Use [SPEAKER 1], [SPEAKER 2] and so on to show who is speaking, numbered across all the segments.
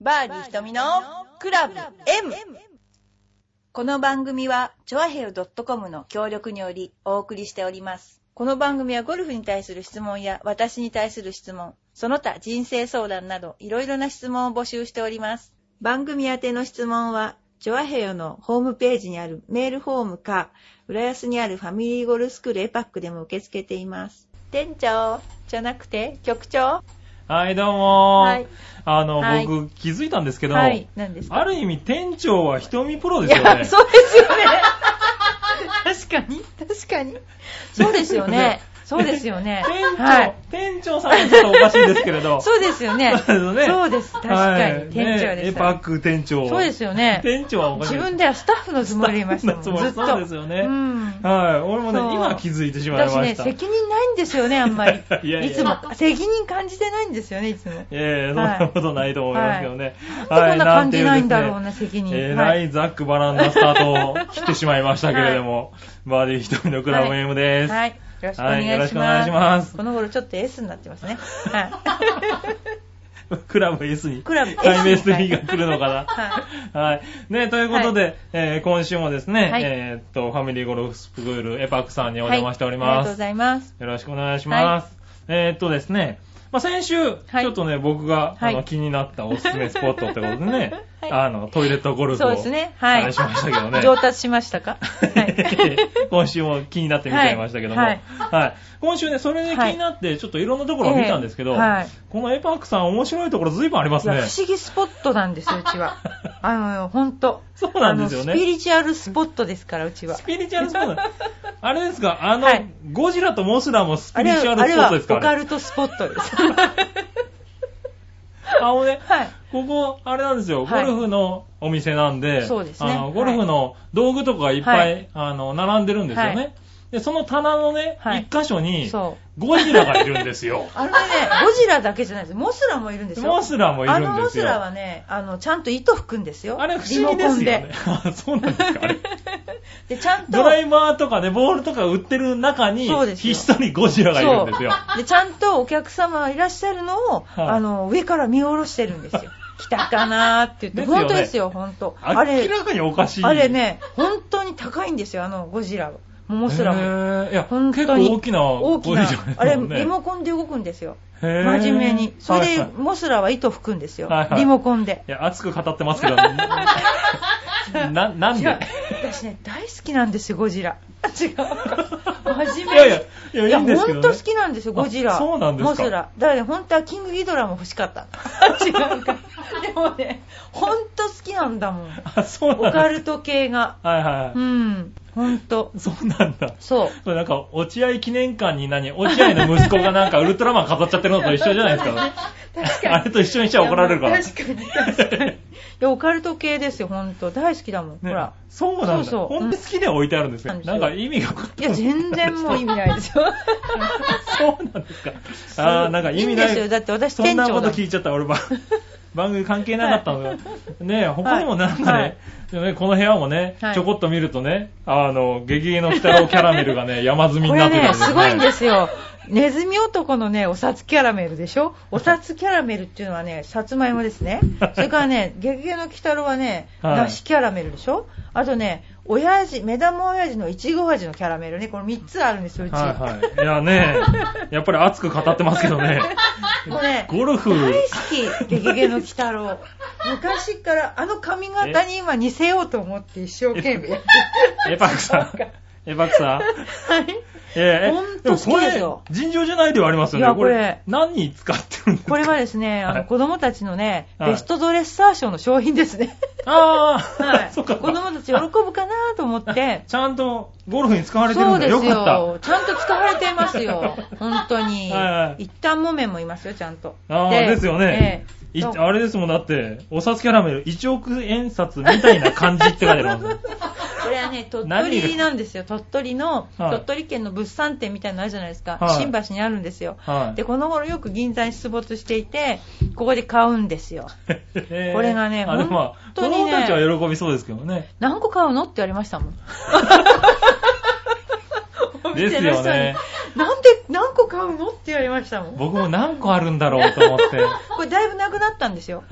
[SPEAKER 1] バーディー瞳のクラブ M! この番組は、チョアヘル .com の協力によりお送りしております。この番組はゴルフに対する質問や私に対する質問、その他人生相談などいろいろな質問を募集しております。番組宛ての質問は、チョアヘヨのホームページにあるメールフォームか、浦安にあるファミリーゴルフスクールエパックでも受け付けています。店長じゃなくて局長
[SPEAKER 2] はい、どうもー。
[SPEAKER 1] はい
[SPEAKER 2] あの、
[SPEAKER 1] はい
[SPEAKER 2] 僕、気づいたんですけど、
[SPEAKER 1] はい。何ですか
[SPEAKER 2] ある意味、店長は瞳プロ
[SPEAKER 1] い
[SPEAKER 2] ですよ
[SPEAKER 1] や、
[SPEAKER 2] ね。
[SPEAKER 1] そうですよね。確かに、確かに。そうですよね。そうですよね。
[SPEAKER 2] 店長、
[SPEAKER 1] はい。
[SPEAKER 2] 店長さんはちょっとおかしいですけれど。
[SPEAKER 1] そうですよね。
[SPEAKER 2] そうですよね
[SPEAKER 1] そうです。確
[SPEAKER 2] は
[SPEAKER 1] か
[SPEAKER 2] い
[SPEAKER 1] に。店長
[SPEAKER 2] ね
[SPEAKER 1] で
[SPEAKER 2] え
[SPEAKER 1] し
[SPEAKER 2] パッ
[SPEAKER 1] た。
[SPEAKER 2] ク店長。
[SPEAKER 1] そうですよね。
[SPEAKER 2] 店長はおかし
[SPEAKER 1] 自
[SPEAKER 2] いです。
[SPEAKER 1] 分ではスタッフのつもりでいましたもん。ず
[SPEAKER 2] そ
[SPEAKER 1] っ
[SPEAKER 2] う
[SPEAKER 1] と。
[SPEAKER 2] そうですよね
[SPEAKER 1] うん。
[SPEAKER 2] はい、俺もね
[SPEAKER 1] そう、
[SPEAKER 2] 今気づいてしまいま
[SPEAKER 1] 私ね、
[SPEAKER 2] した。
[SPEAKER 1] 責任ないんですよね、あんまり。
[SPEAKER 2] いやいや
[SPEAKER 1] つも。責任感じてないんですよね、いつも。
[SPEAKER 2] ええそんなことないと思いますけどね。
[SPEAKER 1] なんでこんな感じないんだろう
[SPEAKER 2] は
[SPEAKER 1] な、
[SPEAKER 2] い
[SPEAKER 1] 責
[SPEAKER 2] んて
[SPEAKER 1] 任。
[SPEAKER 2] いうですねえ
[SPEAKER 1] は
[SPEAKER 2] ら
[SPEAKER 1] い。
[SPEAKER 2] いざっくばらんなスタートを切ってしまいましたけれど も、バーディー瞳のクラブ M です。
[SPEAKER 1] はい。よろしくお
[SPEAKER 2] は
[SPEAKER 1] 願い
[SPEAKER 2] い
[SPEAKER 1] します。
[SPEAKER 2] よろしくお願いします
[SPEAKER 1] この頃ちょっと S になってますね。はい。
[SPEAKER 2] クラブ S に。
[SPEAKER 1] クラブ S に
[SPEAKER 2] 解明する日が来るのかな。
[SPEAKER 1] は
[SPEAKER 2] はい。ね、ということで、えー今週もですね、
[SPEAKER 1] はい
[SPEAKER 2] えーっと、ファミリーゴルフスクールエパックさんにお邪魔しており
[SPEAKER 1] はいありが
[SPEAKER 2] ま
[SPEAKER 1] とうご
[SPEAKER 2] す。
[SPEAKER 1] ざいます。
[SPEAKER 2] よろしくお願いします。えーっとですね、まあ、先週、
[SPEAKER 1] い
[SPEAKER 2] ちょっとね、僕が、
[SPEAKER 1] はい、
[SPEAKER 2] あの気になったおすすめスポットってことでね
[SPEAKER 1] はい
[SPEAKER 2] あの、トイレットゴルフを、
[SPEAKER 1] そうですねはい
[SPEAKER 2] あれしましたけどね。
[SPEAKER 1] 上達しました か
[SPEAKER 2] 今週も気になって見ちゃいましたけども、
[SPEAKER 1] は
[SPEAKER 2] はいい今週ね、それで気になって、ちょっといろんなところを見たんですけど、
[SPEAKER 1] ええはい
[SPEAKER 2] このエパークさん、面白いところ、ずいぶんありま
[SPEAKER 1] い
[SPEAKER 2] す
[SPEAKER 1] や
[SPEAKER 2] ね。
[SPEAKER 1] 不思議スポットなんですよ、うち は。あの、ほんと。
[SPEAKER 2] そうなんですよね
[SPEAKER 1] あのスピリチュアルスポットですから、うちは
[SPEAKER 2] ス。ピリチュアルスポット、あれですか、あの、
[SPEAKER 1] はい
[SPEAKER 2] ゴジラとモスラもス
[SPEAKER 1] あ
[SPEAKER 2] ピ
[SPEAKER 1] れ
[SPEAKER 2] リチュア
[SPEAKER 1] は、
[SPEAKER 2] ル
[SPEAKER 1] あ
[SPEAKER 2] ス
[SPEAKER 1] れは
[SPEAKER 2] ポットですか
[SPEAKER 1] オ
[SPEAKER 2] ら
[SPEAKER 1] カ
[SPEAKER 2] ね。
[SPEAKER 1] ルトスポット です。
[SPEAKER 2] あのね、
[SPEAKER 1] はい
[SPEAKER 2] ここ、あれなんですよ、ゴ
[SPEAKER 1] はい
[SPEAKER 2] ルフのお店なんで、
[SPEAKER 1] そうですね
[SPEAKER 2] あのゴルフの道具とかがいっぱい、
[SPEAKER 1] はい
[SPEAKER 2] あの並んでるんですよね。
[SPEAKER 1] はい
[SPEAKER 2] で、その棚のね、一、
[SPEAKER 1] はい
[SPEAKER 2] 箇所に、
[SPEAKER 1] そう。
[SPEAKER 2] ゴジラがいるんですよ。
[SPEAKER 1] あのね、ゴジラだけじゃないです。モスラもいるんですよ。
[SPEAKER 2] モスラもいるんですよ
[SPEAKER 1] あのモスラはね、あの、ちゃんと糸吹くんですよ。
[SPEAKER 2] あれ不思議ですよ
[SPEAKER 1] リモコン
[SPEAKER 2] ね。 あそうなんですか、あれ。
[SPEAKER 1] で。で、ちゃんと。
[SPEAKER 2] ドライバーとかね、ボールとか売ってる中に
[SPEAKER 1] そう、ですよ
[SPEAKER 2] ひっそりゴジラがいるんですよ。
[SPEAKER 1] そうでちゃんとお客様がいらっしゃるのを、
[SPEAKER 2] はい
[SPEAKER 1] あの上から見下ろしてるんです よ。来たかなーって言って、
[SPEAKER 2] ですよね
[SPEAKER 1] 本当ですよ、本当。あ
[SPEAKER 2] 明
[SPEAKER 1] れ、
[SPEAKER 2] らかにおかしい。
[SPEAKER 1] あれね、本当に高いんですよ、あのゴジラは。モモスラ
[SPEAKER 2] へ
[SPEAKER 1] も。
[SPEAKER 2] ーいや、
[SPEAKER 1] 本
[SPEAKER 2] 結
[SPEAKER 1] 当
[SPEAKER 2] 構
[SPEAKER 1] に
[SPEAKER 2] 大きな
[SPEAKER 1] 大き
[SPEAKER 2] ゴ
[SPEAKER 1] な
[SPEAKER 2] ジラですもんね。
[SPEAKER 1] あれ、リモコンで動くんですよ。
[SPEAKER 2] へー
[SPEAKER 1] 真面目に。それで、
[SPEAKER 2] はいはい
[SPEAKER 1] モスラは糸吹くんですよ
[SPEAKER 2] はい。はい
[SPEAKER 1] リモコンで。
[SPEAKER 2] いや、熱く語ってます けど、な、なん
[SPEAKER 1] 違
[SPEAKER 2] で
[SPEAKER 1] う。私ね、大好きなんですよ、ゴ ジラ。違う。真面目に。
[SPEAKER 2] いやいや、いや、いいんですけど、
[SPEAKER 1] 本
[SPEAKER 2] ね。
[SPEAKER 1] 当好きなんですよ、
[SPEAKER 2] あ
[SPEAKER 1] ゴジラ。
[SPEAKER 2] そうなんですか
[SPEAKER 1] モスラ。だからね、本当はキングギドラも欲しか った。違うか。でもね、本当好きなんだもん。
[SPEAKER 2] あ、そう
[SPEAKER 1] オ
[SPEAKER 2] なん
[SPEAKER 1] カ
[SPEAKER 2] だ。
[SPEAKER 1] ルト系が。
[SPEAKER 2] はいは
[SPEAKER 1] うん、本当
[SPEAKER 2] い。。そうなんだ。
[SPEAKER 1] そう。
[SPEAKER 2] そうなんか、落合記念館に何、落合の息子がなんかウルトラマン飾っちゃってるのと一緒じゃないですか。
[SPEAKER 1] 確
[SPEAKER 2] あれと一緒にしちゃ怒られるから。
[SPEAKER 1] 確かに、確かに。いや、オカルト系ですよ、本当。大好きだもん、ほ
[SPEAKER 2] ね
[SPEAKER 1] ら。
[SPEAKER 2] そうなんだ。
[SPEAKER 1] そうそう
[SPEAKER 2] 本当に好きで置いてあるんですよ。
[SPEAKER 1] うん
[SPEAKER 2] なんか意味が分か
[SPEAKER 1] い
[SPEAKER 2] って
[SPEAKER 1] や、
[SPEAKER 2] ない
[SPEAKER 1] 全然もう意味ないですよ。
[SPEAKER 2] そうなんですか。ああ、なんか意味ない。
[SPEAKER 1] いいんですよだって私
[SPEAKER 2] そんな
[SPEAKER 1] 店長だ
[SPEAKER 2] こと
[SPEAKER 1] もん
[SPEAKER 2] 聞いちゃった。俺 ば番組関係なかったのが。ねえ他にもなんかね、
[SPEAKER 1] はい
[SPEAKER 2] でもねこの部屋もね、
[SPEAKER 1] はい
[SPEAKER 2] ちょこっと見るとね、あの、激ゲの鬼太郎キャラメルがね、山積み
[SPEAKER 1] こ
[SPEAKER 2] にな
[SPEAKER 1] れ
[SPEAKER 2] ってる。
[SPEAKER 1] ね、すごいんですすよ。ネズミ男のね、お札キャラメルでしょお札キャラメルっていうのはね、さつまいもですね。それからね、ゲゲゲの鬼太郎はね、
[SPEAKER 2] はい
[SPEAKER 1] 梨キャラメルでしょあとね、親父、目玉親父のいちご味のキャラメルね、この3つあるんですよ、うち。
[SPEAKER 2] はいはい。いやね、やっぱり熱く語ってますけ どね。
[SPEAKER 1] もうね、
[SPEAKER 2] ゴルフ、
[SPEAKER 1] 大好き、ゲゲゲの鬼太郎。昔からあの髪型に今似せようと思って一生懸命 やって
[SPEAKER 2] エパ クさん、エパクさん。
[SPEAKER 1] はい
[SPEAKER 2] ええ
[SPEAKER 1] ほんと好きですよ
[SPEAKER 2] でもこれ、尋常じゃないではありますよね。
[SPEAKER 1] いやこ
[SPEAKER 2] こ
[SPEAKER 1] れ
[SPEAKER 2] れ、何に使ってるんですか
[SPEAKER 1] これはですね、あ
[SPEAKER 2] は
[SPEAKER 1] の
[SPEAKER 2] い
[SPEAKER 1] 子供たちのね、
[SPEAKER 2] はい
[SPEAKER 1] ベストドレッサー賞の商品ですね。
[SPEAKER 2] ああ、
[SPEAKER 1] はい、
[SPEAKER 2] そ
[SPEAKER 1] 子
[SPEAKER 2] っか。
[SPEAKER 1] 供たち喜ぶかなと思っ て。
[SPEAKER 2] ちゃんとゴルフに使われてる
[SPEAKER 1] そうん
[SPEAKER 2] だ
[SPEAKER 1] です
[SPEAKER 2] よ。よかっ
[SPEAKER 1] よ。ちゃんと使われています よ。本当に。
[SPEAKER 2] はいはい
[SPEAKER 1] 一旦もめもいますよ、ちゃんと。
[SPEAKER 2] た。ああ、ですよね。
[SPEAKER 1] ええ
[SPEAKER 2] い
[SPEAKER 1] そう
[SPEAKER 2] あれですもん、だって、お札キャラメル1億円札みたいな感じって書いてあるもんね。
[SPEAKER 1] これはね、鳥
[SPEAKER 2] 何
[SPEAKER 1] 取
[SPEAKER 2] が
[SPEAKER 1] なんですよ。鳥取の、
[SPEAKER 2] はい
[SPEAKER 1] 鳥取県の物産展みたいなのあるじゃないですか。
[SPEAKER 2] はい
[SPEAKER 1] 新橋にあるんですよ。
[SPEAKER 2] は
[SPEAKER 1] で、この頃よく銀座に出没していて、ここで買うんですよ。
[SPEAKER 2] い。ええ
[SPEAKER 1] これがね
[SPEAKER 2] あでもま
[SPEAKER 1] 本
[SPEAKER 2] あ、
[SPEAKER 1] 当
[SPEAKER 2] 子
[SPEAKER 1] にね
[SPEAKER 2] 供たちは喜びそうですけどね。
[SPEAKER 1] 何個買うのって言われましたもん。
[SPEAKER 2] ですよね。
[SPEAKER 1] なんで何個買うのって言われましたもん。
[SPEAKER 2] 僕も何個あるんだろうと思って。
[SPEAKER 1] これだいぶなくなったんですよ。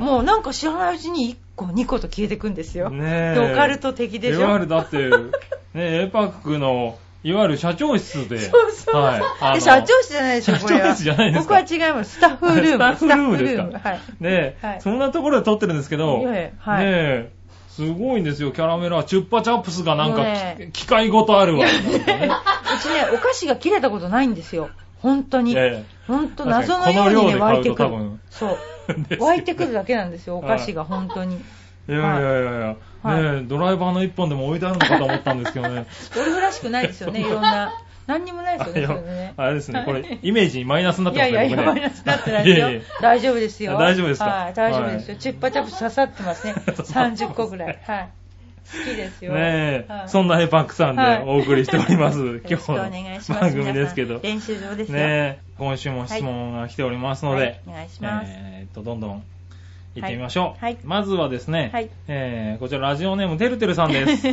[SPEAKER 1] もうなんか知らないうちに1個2個と消えてくんですよ。
[SPEAKER 2] ねえ
[SPEAKER 1] でオカルト的でしょ。
[SPEAKER 2] いわゆるだって、ね、エパックの、いわゆる社長室 で。
[SPEAKER 1] そうそう。
[SPEAKER 2] はいあの
[SPEAKER 1] で社長室じゃないでしょ、これは。
[SPEAKER 2] 社長室じゃないですか
[SPEAKER 1] 僕は違います。スタッフルーム。
[SPEAKER 2] あスタッフルームですか
[SPEAKER 1] スタッフルーム
[SPEAKER 2] ねえ、
[SPEAKER 1] はい
[SPEAKER 2] そんなところで撮ってるんですけど、
[SPEAKER 1] いえいえはい
[SPEAKER 2] ねえ、すごいんですよ、キャラメルは。チュッパチャップスがなんか、
[SPEAKER 1] ねえ
[SPEAKER 2] き機械ごとあるわ。
[SPEAKER 1] はい。うちね、お菓子が切れたことないんですよ。本当 に。
[SPEAKER 2] いやいや
[SPEAKER 1] 本当謎のようにね、
[SPEAKER 2] 確か
[SPEAKER 1] 湧い
[SPEAKER 2] にこの量で買うと
[SPEAKER 1] てく
[SPEAKER 2] 多
[SPEAKER 1] る
[SPEAKER 2] 分。
[SPEAKER 1] そう
[SPEAKER 2] ですよ。ね
[SPEAKER 1] 湧いてくるだけなんですよ、お菓子が、本当に。
[SPEAKER 2] いやいやいやいや、
[SPEAKER 1] はい
[SPEAKER 2] ねえ、ドライバーの一本でも置いてあるのかと思ったんですけどね。
[SPEAKER 1] ゴルフらしくないですよね、いろんな。何にもないですよね、 それでね。
[SPEAKER 2] あれですね、こ
[SPEAKER 1] は
[SPEAKER 2] れ
[SPEAKER 1] い、
[SPEAKER 2] イメージにマイナスになっ
[SPEAKER 1] い
[SPEAKER 2] てま
[SPEAKER 1] や
[SPEAKER 2] す
[SPEAKER 1] いや
[SPEAKER 2] ね、
[SPEAKER 1] い
[SPEAKER 2] 僕
[SPEAKER 1] や、
[SPEAKER 2] ね
[SPEAKER 1] マイナスになってないです
[SPEAKER 2] いえい
[SPEAKER 1] よ
[SPEAKER 2] え。
[SPEAKER 1] 大丈夫ですよ。
[SPEAKER 2] 大丈夫ですか
[SPEAKER 1] はい、大丈夫ですよ。
[SPEAKER 2] は
[SPEAKER 1] チュッパチャプス刺さって ますね。30個ぐらい。はい。好きですよ。
[SPEAKER 2] ねえ、
[SPEAKER 1] はい
[SPEAKER 2] そんなヘパックさんでお送りしております。
[SPEAKER 1] よろし
[SPEAKER 2] 今日
[SPEAKER 1] くお願いし
[SPEAKER 2] の
[SPEAKER 1] ます。
[SPEAKER 2] 番組ですけ
[SPEAKER 1] 皆
[SPEAKER 2] ど。
[SPEAKER 1] さん練習場ですよ。
[SPEAKER 2] ねえ、今週も質問が来ておりますので、
[SPEAKER 1] はいお願いします
[SPEAKER 2] えーっと、どんどん行ってみましょう。
[SPEAKER 1] はいはい
[SPEAKER 2] まずはですね、
[SPEAKER 1] はい
[SPEAKER 2] えーこちらラジオネームてるてるさんです。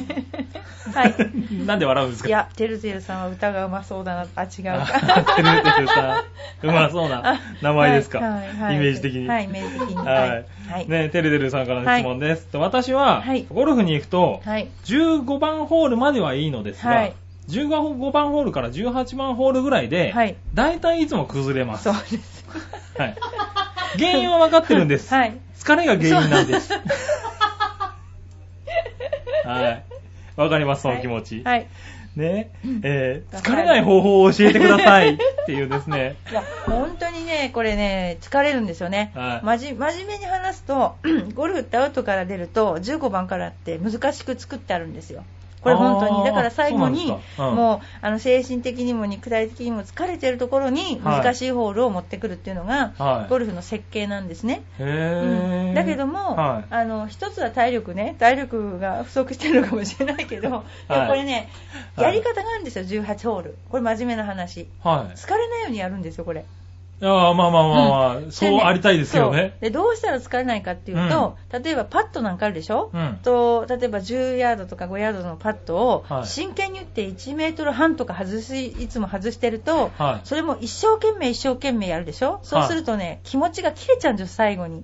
[SPEAKER 1] はい。
[SPEAKER 2] なんで笑うんですか
[SPEAKER 1] いや、てるてるさんは歌がうまそうだな。あ、違う
[SPEAKER 2] あ
[SPEAKER 1] か。
[SPEAKER 2] てるてるさん、うまそうな 名前ですか、
[SPEAKER 1] はいはい
[SPEAKER 2] イメージ的に。
[SPEAKER 1] はい、イメージ的に。
[SPEAKER 2] はい。
[SPEAKER 1] はい。
[SPEAKER 2] ねえ、てるてるさんからの質問です。と私は、
[SPEAKER 1] はい
[SPEAKER 2] ゴルフに行くと、
[SPEAKER 1] はい。
[SPEAKER 2] 15番ホールまではいいのですが、
[SPEAKER 1] はい
[SPEAKER 2] 15番ホールから18番ホールぐらいで、
[SPEAKER 1] はい
[SPEAKER 2] 大体いつも崩れます。
[SPEAKER 1] そうです。
[SPEAKER 2] はい、原因は分かってるんです。
[SPEAKER 1] はい。
[SPEAKER 2] 疲れが原因なんです。はい。わかります、その気持ち。
[SPEAKER 1] はい。
[SPEAKER 2] ね、えー
[SPEAKER 1] うん
[SPEAKER 2] 疲れない方法を教えてくださいっていうですね。
[SPEAKER 1] いや、本当にね、これね、疲れるんですよね。
[SPEAKER 2] はい
[SPEAKER 1] まじ真面目に話すと、 ゴルフってアウトから出ると、15番からって難しく作ってあるんですよ。これ本当
[SPEAKER 2] あー
[SPEAKER 1] に。だから最後に
[SPEAKER 2] そうなん、ですかうん
[SPEAKER 1] もう、あの、精神的にも肉体的にも疲れてるところに、
[SPEAKER 2] はい
[SPEAKER 1] 難しいホールを持ってくるっていうのが、
[SPEAKER 2] はい
[SPEAKER 1] ゴルフの設計なんですね。
[SPEAKER 2] へ
[SPEAKER 1] う
[SPEAKER 2] ー
[SPEAKER 1] んだけども、
[SPEAKER 2] はい
[SPEAKER 1] あの一つは体力ね、体力が不足してるのかもしれないけど、でもこれね、
[SPEAKER 2] はい
[SPEAKER 1] やり方があるんですよ、18ホール、これ、真面目な話、
[SPEAKER 2] はい。
[SPEAKER 1] 疲れないようにやるんですよ、これ。
[SPEAKER 2] いやーまあまあまあまあ、
[SPEAKER 1] ん
[SPEAKER 2] そうありたいですよ
[SPEAKER 1] そ
[SPEAKER 2] ね
[SPEAKER 1] う。でどうしたら疲れないかっていうと、例えばパットなんかあるでしょ、
[SPEAKER 2] うん
[SPEAKER 1] と例えば10ヤードとか5ヤードのパットを
[SPEAKER 2] はい
[SPEAKER 1] 真剣に打って1メートル半とか外しいつも外してると、
[SPEAKER 2] はい
[SPEAKER 1] それも一生懸命一生懸命やるでしょそうするとね、気持ちが切れちゃうんですよ最後に、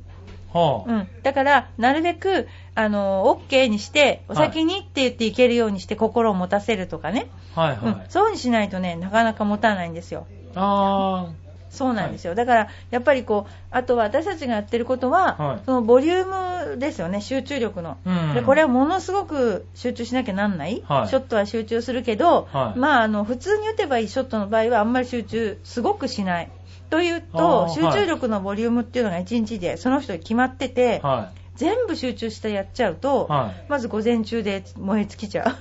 [SPEAKER 2] はあ
[SPEAKER 1] うん、だからなるべくあの OK にしてお先にって言っていけるようにして心を持たせるとかね、
[SPEAKER 2] はいはい。
[SPEAKER 1] うん、そういうふうにしないとねなかなか持たないんですよ
[SPEAKER 2] あ
[SPEAKER 1] そうなんですよ、だからやっぱりこうあとは私たちがやってることは、
[SPEAKER 2] はい
[SPEAKER 1] そのボリュームですよね、集中力の、
[SPEAKER 2] うん
[SPEAKER 1] でこれはものすごく集中しなきゃなんない、
[SPEAKER 2] はい
[SPEAKER 1] ショットは集中するけど、
[SPEAKER 2] はい
[SPEAKER 1] まあ、あの普通に打てばいいショットの場合はあんまり集中、すごくしない。という
[SPEAKER 2] あ
[SPEAKER 1] と
[SPEAKER 2] ー
[SPEAKER 1] 集中力のボリュームっていうのが1日でその人に決まってて、
[SPEAKER 2] あ、はい。
[SPEAKER 1] 全部集中してやっちゃうと、
[SPEAKER 2] はい
[SPEAKER 1] まず午前中で燃え尽きちゃう。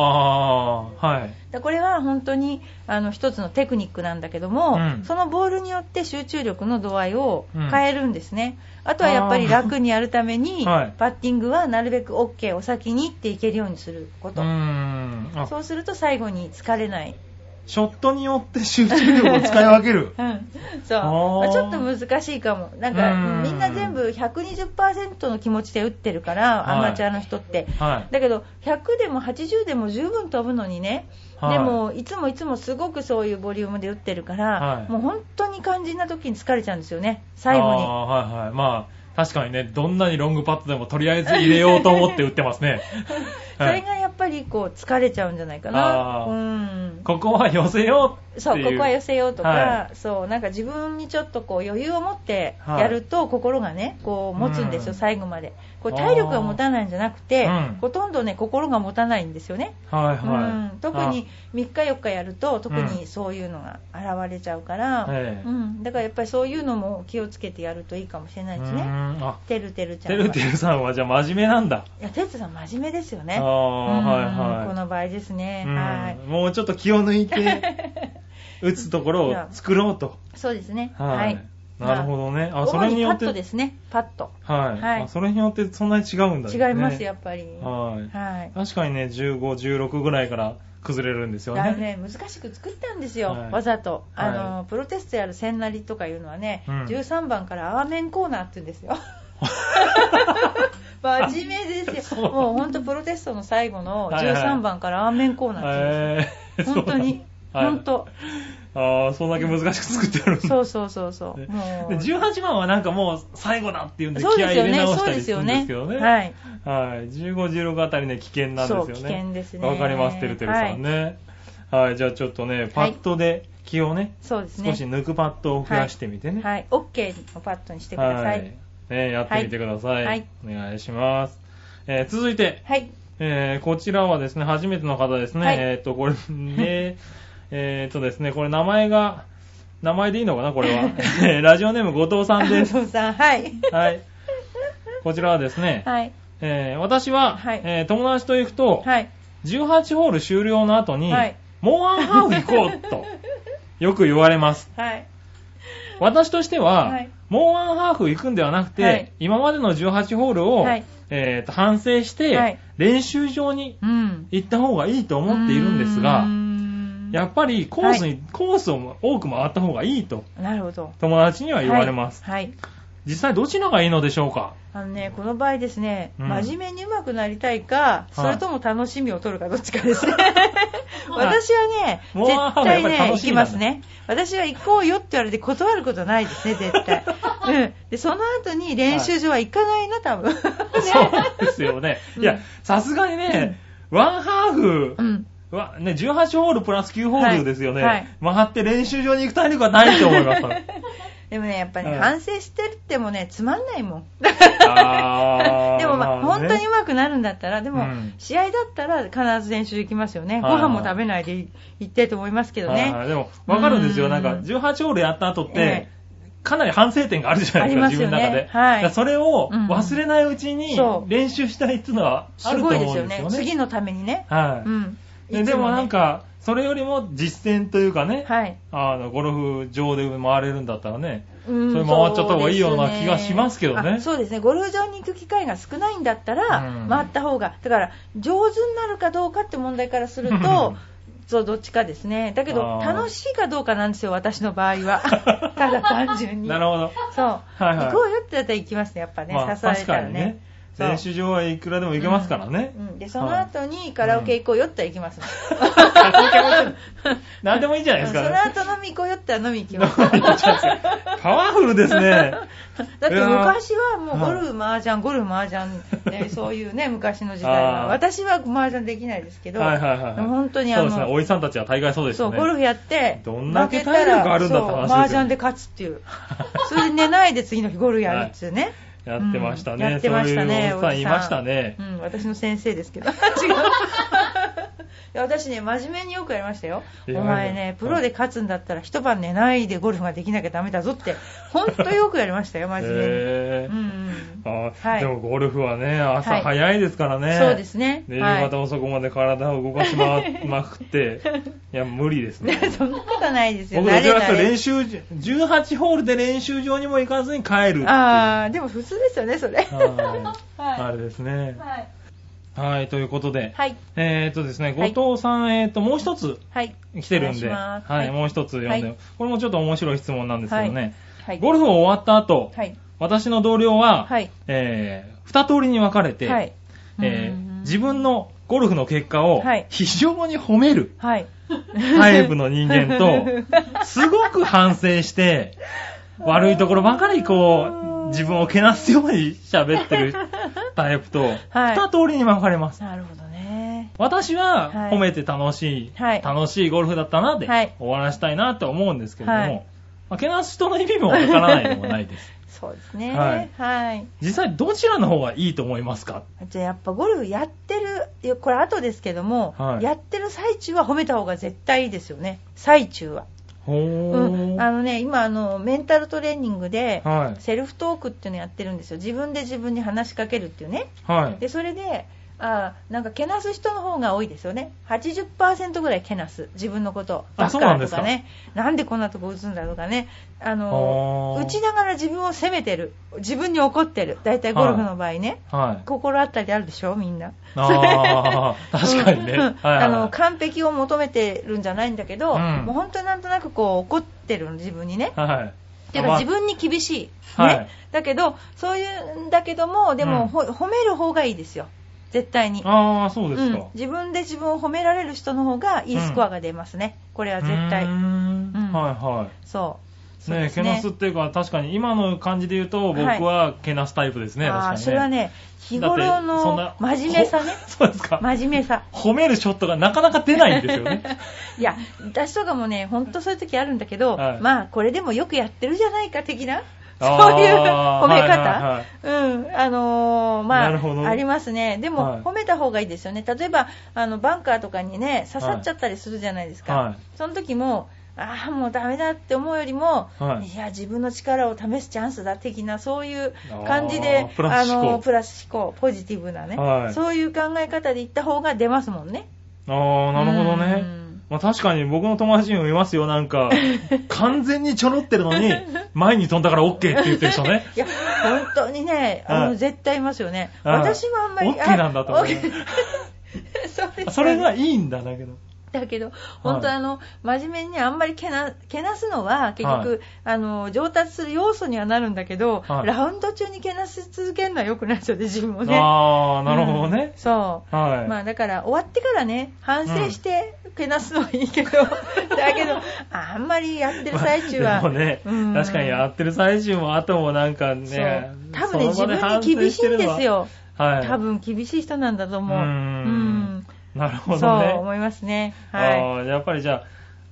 [SPEAKER 2] ああー、はい。
[SPEAKER 1] だこれは本当にあの一つのテクニックなんだけども、
[SPEAKER 2] うん
[SPEAKER 1] そのボールによって集中力の度合いを
[SPEAKER 2] うん
[SPEAKER 1] 変えるんですね、あとはやっぱり楽にやるために、
[SPEAKER 2] あー はい
[SPEAKER 1] パッティングはなるべく OK お先にっていけるようにするこ
[SPEAKER 2] うー
[SPEAKER 1] と、
[SPEAKER 2] ん。あ
[SPEAKER 1] そうすると最後に疲れない、。
[SPEAKER 2] ショットによって集中力を使い分ける
[SPEAKER 1] うんそう
[SPEAKER 2] あー
[SPEAKER 1] まあちょっと難しいかもなんか
[SPEAKER 2] うん
[SPEAKER 1] みんな全部120%の気持ちで打ってるから、
[SPEAKER 2] はい
[SPEAKER 1] アマチュアの人って、
[SPEAKER 2] はい。
[SPEAKER 1] だけど100でも80でも十分飛ぶのにね、
[SPEAKER 2] はい
[SPEAKER 1] でもいつもいつもすごくそういうボリュームで打ってるから、
[SPEAKER 2] はい
[SPEAKER 1] もう本当に肝心な時に疲れちゃうんですよね、最後
[SPEAKER 2] あ
[SPEAKER 1] に。。
[SPEAKER 2] あ、はいはい。まあ、確かにね、どんなにロングパットでもとりあえず入れようと思って打ってますね
[SPEAKER 1] それがやっぱりこう疲れちゃうんじゃないかな。
[SPEAKER 2] あー
[SPEAKER 1] うん
[SPEAKER 2] ここは寄せようっていう。
[SPEAKER 1] そうここは寄せようとか、
[SPEAKER 2] は
[SPEAKER 1] そうなんか自分にちょっとこう余裕を持って
[SPEAKER 2] はい
[SPEAKER 1] やると心がねこう持つんですよ、
[SPEAKER 2] うん
[SPEAKER 1] 最後までこう体力が持たないんじゃなくて、
[SPEAKER 2] うん
[SPEAKER 1] ほとんどね心が持たないんですよね。
[SPEAKER 2] はいはい。
[SPEAKER 1] うん、特に3日4日やると特にそういうのが現れちゃうから、
[SPEAKER 2] うんええ
[SPEAKER 1] うん、だからやっぱりそういうのも気をつけてやるといいかもしれ
[SPEAKER 2] あ
[SPEAKER 1] な
[SPEAKER 2] う
[SPEAKER 1] い
[SPEAKER 2] ー
[SPEAKER 1] ですね。
[SPEAKER 2] んあ、
[SPEAKER 1] てるてるちゃ
[SPEAKER 2] て
[SPEAKER 1] んは。
[SPEAKER 2] るてるさんはじゃあ真面目なんだ。
[SPEAKER 1] いや、てるさん真面目ですよね。
[SPEAKER 2] ああはいはい
[SPEAKER 1] うんこの場合ですね。
[SPEAKER 2] うん
[SPEAKER 1] はい。
[SPEAKER 2] もうちょっと気を抜いて、 打つところを作ろうと。
[SPEAKER 1] そうですね。は
[SPEAKER 2] はいい。。なるほどね。
[SPEAKER 1] まあ
[SPEAKER 2] あ、それによっ
[SPEAKER 1] 主パッとで
[SPEAKER 2] て、
[SPEAKER 1] すね。パッと。
[SPEAKER 2] はい。
[SPEAKER 1] はい
[SPEAKER 2] あそれによってそんなに違うんだね。
[SPEAKER 1] 違います、やっぱり。
[SPEAKER 2] はい。
[SPEAKER 1] はい。
[SPEAKER 2] 確かにね、15、16ぐらいから崩れるんですよ
[SPEAKER 1] だいぶ
[SPEAKER 2] ね。
[SPEAKER 1] ね、難しく作ったんですよ、
[SPEAKER 2] はい
[SPEAKER 1] わざと、
[SPEAKER 2] はい
[SPEAKER 1] あのプロテストやる千なりとかいうのはね、
[SPEAKER 2] うん
[SPEAKER 1] 13番からアーメンコーナーって言うんです よ。真面目ですよ、
[SPEAKER 2] そう
[SPEAKER 1] もう本当、プロテストの最後の
[SPEAKER 2] はいはい
[SPEAKER 1] 13番からアーメンコーナーって言うんですよ、
[SPEAKER 2] えー
[SPEAKER 1] 本当に。
[SPEAKER 2] はい
[SPEAKER 1] ほんと。
[SPEAKER 2] ああ、そんだけ難しく作ってあるんだ。
[SPEAKER 1] そうそうそうそう。
[SPEAKER 2] ね
[SPEAKER 1] も
[SPEAKER 2] で
[SPEAKER 1] う
[SPEAKER 2] 18番はなんかもう最後だっていうんで気
[SPEAKER 1] そう
[SPEAKER 2] 合
[SPEAKER 1] で
[SPEAKER 2] い
[SPEAKER 1] すよ
[SPEAKER 2] 入れ
[SPEAKER 1] ね、
[SPEAKER 2] 直し
[SPEAKER 1] そう
[SPEAKER 2] た
[SPEAKER 1] で
[SPEAKER 2] り
[SPEAKER 1] す
[SPEAKER 2] する
[SPEAKER 1] よ
[SPEAKER 2] んです
[SPEAKER 1] ね
[SPEAKER 2] けど。ね。
[SPEAKER 1] はい。
[SPEAKER 2] はい。15、16あたりね、危険なんですよね。
[SPEAKER 1] そう危険ですね
[SPEAKER 2] わかります、てるてるさんね。はい、じゃあちょっとね、パッドで気をね、
[SPEAKER 1] そうですね。
[SPEAKER 2] 少し抜くパッドを増やしてみてね。
[SPEAKER 1] はい。OK のパッドにしてくださ。
[SPEAKER 2] はいね、やってみてください。
[SPEAKER 1] はい
[SPEAKER 2] お願いします。えー続いて、
[SPEAKER 1] はい。
[SPEAKER 2] えーこちらはですね、初めての方ですね。
[SPEAKER 1] はい
[SPEAKER 2] えっ、と、これね、 えっとですね、これ名前が、名前でいいのかな、こ れは。えーラジオネーム後藤さんです。
[SPEAKER 1] そうさん、はい。
[SPEAKER 2] はい。こちらはですね、
[SPEAKER 1] はい。
[SPEAKER 2] えー私は、
[SPEAKER 1] はい
[SPEAKER 2] えー友達と行くと、
[SPEAKER 1] はい。
[SPEAKER 2] 18ホール終了の後に、
[SPEAKER 1] はい
[SPEAKER 2] もうワンハーフ行こう と、よく言われます。
[SPEAKER 1] はい。
[SPEAKER 2] 私としては、
[SPEAKER 1] はい
[SPEAKER 2] もうワンハーフ行くんではなくて、
[SPEAKER 1] はい
[SPEAKER 2] 今までの18ホールを、
[SPEAKER 1] はい
[SPEAKER 2] えーと反省して、
[SPEAKER 1] はい
[SPEAKER 2] 練習場に
[SPEAKER 1] うん。
[SPEAKER 2] 行った方がいいと思っているんです
[SPEAKER 1] うー
[SPEAKER 2] が、
[SPEAKER 1] ん
[SPEAKER 2] やっぱりコースに、コースを多く回った方がいいと
[SPEAKER 1] なるほど。
[SPEAKER 2] 友達には言われます。
[SPEAKER 1] はい。はい
[SPEAKER 2] 実際どちらがいいのでしょうか
[SPEAKER 1] あのね、この場合ですね、
[SPEAKER 2] うん
[SPEAKER 1] 真面目に上手くなりたいか、
[SPEAKER 2] い
[SPEAKER 1] それとも楽しみを取るかどっちかですね。
[SPEAKER 2] はい
[SPEAKER 1] 私はね、
[SPEAKER 2] もう
[SPEAKER 1] 絶対
[SPEAKER 2] やっぱ
[SPEAKER 1] ね、
[SPEAKER 2] り
[SPEAKER 1] 行
[SPEAKER 2] 楽し
[SPEAKER 1] き
[SPEAKER 2] みな
[SPEAKER 1] ま
[SPEAKER 2] んだ
[SPEAKER 1] すね。私は行こうよって言われて断ることないですね、絶 対。うん。で、その後に練習場は行かないな、多 分。
[SPEAKER 2] そうですよね。いや、さすがにね、ワンハーフ、
[SPEAKER 1] うん。
[SPEAKER 2] わね、18ホールプラス9ホールですよね。
[SPEAKER 1] はい
[SPEAKER 2] 回って練習場に行く体力はないと思い ました。
[SPEAKER 1] でもね、やっぱね、
[SPEAKER 2] はい
[SPEAKER 1] 反省してるってもね、つまんないもん。
[SPEAKER 2] あー
[SPEAKER 1] でもまあ、
[SPEAKER 2] まあ
[SPEAKER 1] 本
[SPEAKER 2] ね
[SPEAKER 1] 当に上手くなるんだったら、でも、
[SPEAKER 2] うん
[SPEAKER 1] 試合だったら必ず練習行きますよね。ご
[SPEAKER 2] はいは
[SPEAKER 1] 飯
[SPEAKER 2] い
[SPEAKER 1] も食べないで行ってと思いますけど
[SPEAKER 2] はいは
[SPEAKER 1] ね。
[SPEAKER 2] いでも、わかるんです
[SPEAKER 1] う
[SPEAKER 2] よ。
[SPEAKER 1] ん
[SPEAKER 2] なんか、18ホールやった後っ
[SPEAKER 1] え
[SPEAKER 2] て、かなり反省点があるじゃないですか、
[SPEAKER 1] あります
[SPEAKER 2] 自
[SPEAKER 1] よ
[SPEAKER 2] 分
[SPEAKER 1] ね
[SPEAKER 2] の中
[SPEAKER 1] はい
[SPEAKER 2] で。だからそれを
[SPEAKER 1] うん
[SPEAKER 2] 忘れないうちに
[SPEAKER 1] そう
[SPEAKER 2] 練習したいっていうのは
[SPEAKER 1] す
[SPEAKER 2] あると
[SPEAKER 1] ご
[SPEAKER 2] 思う
[SPEAKER 1] いで
[SPEAKER 2] んです
[SPEAKER 1] す
[SPEAKER 2] よ
[SPEAKER 1] よね。
[SPEAKER 2] ね。
[SPEAKER 1] 次のためにね。
[SPEAKER 2] はい、
[SPEAKER 1] うん。
[SPEAKER 2] で
[SPEAKER 1] いつね
[SPEAKER 2] でもなん、か、それよりも実践というかね、
[SPEAKER 1] はい。
[SPEAKER 2] あの、ゴルフ場で回れるんだったらね、
[SPEAKER 1] うん
[SPEAKER 2] それ回っちゃった方がいいような気がしますけどね
[SPEAKER 1] あそうですね。ゴルフ場に行く機会が少ないんだった
[SPEAKER 2] う
[SPEAKER 1] ら
[SPEAKER 2] ん、
[SPEAKER 1] 回った方が、だから、上手になるかどうかって問題からすると、そう、どっちかですね。だけど、
[SPEAKER 2] あー
[SPEAKER 1] 楽しいかどうかなんですよ、私の場合 は。ただ単純に。
[SPEAKER 2] なるほど。
[SPEAKER 1] そう。
[SPEAKER 2] いはい
[SPEAKER 1] 行こうよってだったら行きますね、やっぱね。
[SPEAKER 2] まあ、
[SPEAKER 1] 誘われ
[SPEAKER 2] 確
[SPEAKER 1] た
[SPEAKER 2] からに
[SPEAKER 1] ね
[SPEAKER 2] ね。。
[SPEAKER 1] そう
[SPEAKER 2] 練習場はいくらでも行けますからね。
[SPEAKER 1] うん、で、その後にカラオケ行こうよって言ったら行きます。
[SPEAKER 2] 何でもいいんじゃない
[SPEAKER 1] うん
[SPEAKER 2] で す
[SPEAKER 1] そ
[SPEAKER 2] かね。
[SPEAKER 1] の後飲み行こうよって言ったら飲み行きます。
[SPEAKER 2] パワフルですね。
[SPEAKER 1] だって昔はもう
[SPEAKER 2] いや
[SPEAKER 1] ゴル
[SPEAKER 2] ー
[SPEAKER 1] フ、麻雀、ゴルフ、麻雀、ね、そういうね、昔の時代
[SPEAKER 2] あ
[SPEAKER 1] は。
[SPEAKER 2] ー
[SPEAKER 1] 私は麻雀できないですけど、
[SPEAKER 2] はいはいはい。
[SPEAKER 1] でも本当に
[SPEAKER 2] そ
[SPEAKER 1] あ
[SPEAKER 2] う
[SPEAKER 1] の、
[SPEAKER 2] ですね。おじさんたちは大概そうです
[SPEAKER 1] そ
[SPEAKER 2] よ
[SPEAKER 1] う、
[SPEAKER 2] ね。
[SPEAKER 1] ゴルフやって、
[SPEAKER 2] どんだけ体力あるんだって話ですよね
[SPEAKER 1] 負けたらそう麻雀で勝つっていう。それで寝ないで次の日ゴルフやるっていうね。
[SPEAKER 2] やってましたね。
[SPEAKER 1] うんやってましたね。
[SPEAKER 2] そういうおじさんいましたね
[SPEAKER 1] う。ん、私の先生ですけど。違う。い や私ね、真面目によくやりましたよ。
[SPEAKER 2] いや
[SPEAKER 1] お前
[SPEAKER 2] いや
[SPEAKER 1] ね、プロで勝つんだったら一晩寝ないでゴルフができなきゃダメだぞって、ほんとよくやりました よ、真面目に。
[SPEAKER 2] へ
[SPEAKER 1] うんうん
[SPEAKER 2] あ
[SPEAKER 1] はい
[SPEAKER 2] でもゴルフはね、朝早いですからね。
[SPEAKER 1] そうですね。
[SPEAKER 2] で夕
[SPEAKER 1] はい
[SPEAKER 2] 方遅くまで体を動かしままくって、いや、無理ですね。
[SPEAKER 1] そんなことないですよ。
[SPEAKER 2] 僕どちらかというと
[SPEAKER 1] 慣れ慣れ
[SPEAKER 2] 練習、18ホールで練習場にも行かずに帰るっていう。
[SPEAKER 1] ああ、でも普通ですよね、それ。
[SPEAKER 2] はい
[SPEAKER 1] はい
[SPEAKER 2] あれですね。
[SPEAKER 1] はい。
[SPEAKER 2] はい、ということで、
[SPEAKER 1] はい。
[SPEAKER 2] えーっとですね、
[SPEAKER 1] はい
[SPEAKER 2] 後藤さん、えーっと、もう一つ
[SPEAKER 1] はい。
[SPEAKER 2] 来てるんで、
[SPEAKER 1] お願いします
[SPEAKER 2] はい、もう一つ読んで、
[SPEAKER 1] はい
[SPEAKER 2] これもちょっと面白い質問なんですけどね、
[SPEAKER 1] はい。
[SPEAKER 2] ゴルフを終わった後、
[SPEAKER 1] はい。
[SPEAKER 2] 私の同僚は、
[SPEAKER 1] はい
[SPEAKER 2] えー二通りに分かれて、
[SPEAKER 1] はい。
[SPEAKER 2] えー
[SPEAKER 1] うん
[SPEAKER 2] 自分のゴルフの結果を
[SPEAKER 1] はい
[SPEAKER 2] 非常に褒 める
[SPEAKER 1] はい。
[SPEAKER 2] タイプの人 間と、すごく反省して、悪いところばかりこう、自分をけなすように喋っ てるタイプと、
[SPEAKER 1] はい
[SPEAKER 2] 二通りに分かれます。
[SPEAKER 1] なるほどね。
[SPEAKER 2] 私
[SPEAKER 1] は
[SPEAKER 2] は
[SPEAKER 1] い
[SPEAKER 2] 褒めて楽しい、
[SPEAKER 1] はい
[SPEAKER 2] 楽しいゴルフだったなって、
[SPEAKER 1] はい
[SPEAKER 2] 終わらしたいなって思うんですけれども、
[SPEAKER 1] はい
[SPEAKER 2] まあけなす人の意味もわからないでもないです。
[SPEAKER 1] そうですね。
[SPEAKER 2] は
[SPEAKER 1] はいい。
[SPEAKER 2] 実際どちらの方がいいと思いますか
[SPEAKER 1] じゃあやっぱゴルフやってるいや、これ後ですけども、
[SPEAKER 2] はい
[SPEAKER 1] やってる最中は褒めた方が絶対いいですよね。最中は。
[SPEAKER 2] ほー
[SPEAKER 1] うん。あのね、今あの、メンタルトレーニングで、
[SPEAKER 2] はい。
[SPEAKER 1] セルフトークっていうのやってるんですよ。自分で自分に話しかけるっていうね。
[SPEAKER 2] はい。
[SPEAKER 1] でそれであーなんかけなす人の方が多いですよね80%ぐらいけなす自分のこと
[SPEAKER 2] あ
[SPEAKER 1] ばっ
[SPEAKER 2] そ
[SPEAKER 1] か
[SPEAKER 2] うな
[SPEAKER 1] ら
[SPEAKER 2] んで
[SPEAKER 1] と
[SPEAKER 2] すか
[SPEAKER 1] かねなんでこんなとこ打つんだとかねあの
[SPEAKER 2] あー
[SPEAKER 1] 打ちながら自分を責めてる自分に怒ってる大体ゴルフの場合ね、
[SPEAKER 2] はい。
[SPEAKER 1] 心当たりあるでしょみんな
[SPEAKER 2] あー 確かにね。
[SPEAKER 1] うんうん
[SPEAKER 2] はいはい
[SPEAKER 1] あの完璧を求めてるんじゃないんだけど、
[SPEAKER 2] うん
[SPEAKER 1] もう本当なんとなくこう怒ってるの自分にね
[SPEAKER 2] はい。
[SPEAKER 1] ていう
[SPEAKER 2] ま
[SPEAKER 1] か
[SPEAKER 2] あ
[SPEAKER 1] 自分に厳しい、ね
[SPEAKER 2] はい
[SPEAKER 1] だけどそういうんだけどもで
[SPEAKER 2] うん
[SPEAKER 1] も、ほ褒める方がいいですよ絶対に。
[SPEAKER 2] ああ、そうで
[SPEAKER 1] う
[SPEAKER 2] す
[SPEAKER 1] ん
[SPEAKER 2] か。、
[SPEAKER 1] 自分で自分を褒められる人の方がいいスコアが出ますね、これは絶対、
[SPEAKER 2] うー
[SPEAKER 1] うん
[SPEAKER 2] んはいは
[SPEAKER 1] そう
[SPEAKER 2] い。
[SPEAKER 1] そう
[SPEAKER 2] ね
[SPEAKER 1] です
[SPEAKER 2] けなすっていうか、確かに今の感じで言うと、僕はけなすタイプですね、確
[SPEAKER 1] あ
[SPEAKER 2] か
[SPEAKER 1] あ
[SPEAKER 2] に。
[SPEAKER 1] それは、ね日頃の真面目さね
[SPEAKER 2] そうですか。
[SPEAKER 1] 真面目さ
[SPEAKER 2] 褒めるショットがなかなか出ないんですよね。
[SPEAKER 1] いや私とかもね本当そういう時あるんだけど、
[SPEAKER 2] はい
[SPEAKER 1] まあこれでもよくやってるじゃないか的なそう
[SPEAKER 2] あー
[SPEAKER 1] いう褒め方、
[SPEAKER 2] はいはいはい
[SPEAKER 1] うんあのーま
[SPEAKER 2] なるほど
[SPEAKER 1] あありますねでも、
[SPEAKER 2] はい
[SPEAKER 1] 褒めた方がいいですよね例えばあのバンカーとかにね刺さっちゃったりするじゃないですか、
[SPEAKER 2] はい
[SPEAKER 1] その時もああもうダメだって思うよりも、
[SPEAKER 2] はい
[SPEAKER 1] い、や自分の力を試すチャンスだ的なそういう感じで
[SPEAKER 2] あープラス思考
[SPEAKER 1] のープラス思考ポジティブなね、
[SPEAKER 2] はい
[SPEAKER 1] そういう考え方でいった方が出ますもんね
[SPEAKER 2] ああ、なるほど
[SPEAKER 1] う
[SPEAKER 2] ね。
[SPEAKER 1] ん
[SPEAKER 2] まあ、確かに僕の友達にもいますよ、なん か、完全にちょろってるのに、前に飛んだから OK って言ってる人 ね。
[SPEAKER 1] いや、本当にね、あ
[SPEAKER 2] は
[SPEAKER 1] の、
[SPEAKER 2] い
[SPEAKER 1] 絶対いますよね。
[SPEAKER 2] はい
[SPEAKER 1] 私もあんまり。
[SPEAKER 2] オッケーなんだと思う
[SPEAKER 1] あオッケー そうですよね
[SPEAKER 2] それがいいんだ、だけど。
[SPEAKER 1] だけど、本当あの、真面目にあんまりけな、けなすのは、結局、
[SPEAKER 2] は
[SPEAKER 1] あの、上達する要素にはなるんだけど、
[SPEAKER 2] はい
[SPEAKER 1] ラウンド中にけなし続けるのは良くないですよね、自分もね。
[SPEAKER 2] ああ、なるほどね
[SPEAKER 1] うん。そう。
[SPEAKER 2] はい。
[SPEAKER 1] まあだから終わってからね反省してけなすのはいいけ ど、だけどあんまりやってる最中は、
[SPEAKER 2] でもね、
[SPEAKER 1] うん
[SPEAKER 2] 確かにやってる最中も後もなんかね、
[SPEAKER 1] そう多分ね自
[SPEAKER 2] その場
[SPEAKER 1] 分に厳しいんですよ、
[SPEAKER 2] 反省してるのは。はい。
[SPEAKER 1] 多分厳しい人なんだと思う。
[SPEAKER 2] うーんなるほど
[SPEAKER 1] そう
[SPEAKER 2] ね。
[SPEAKER 1] 思いますね。は
[SPEAKER 2] あーやっぱりじゃ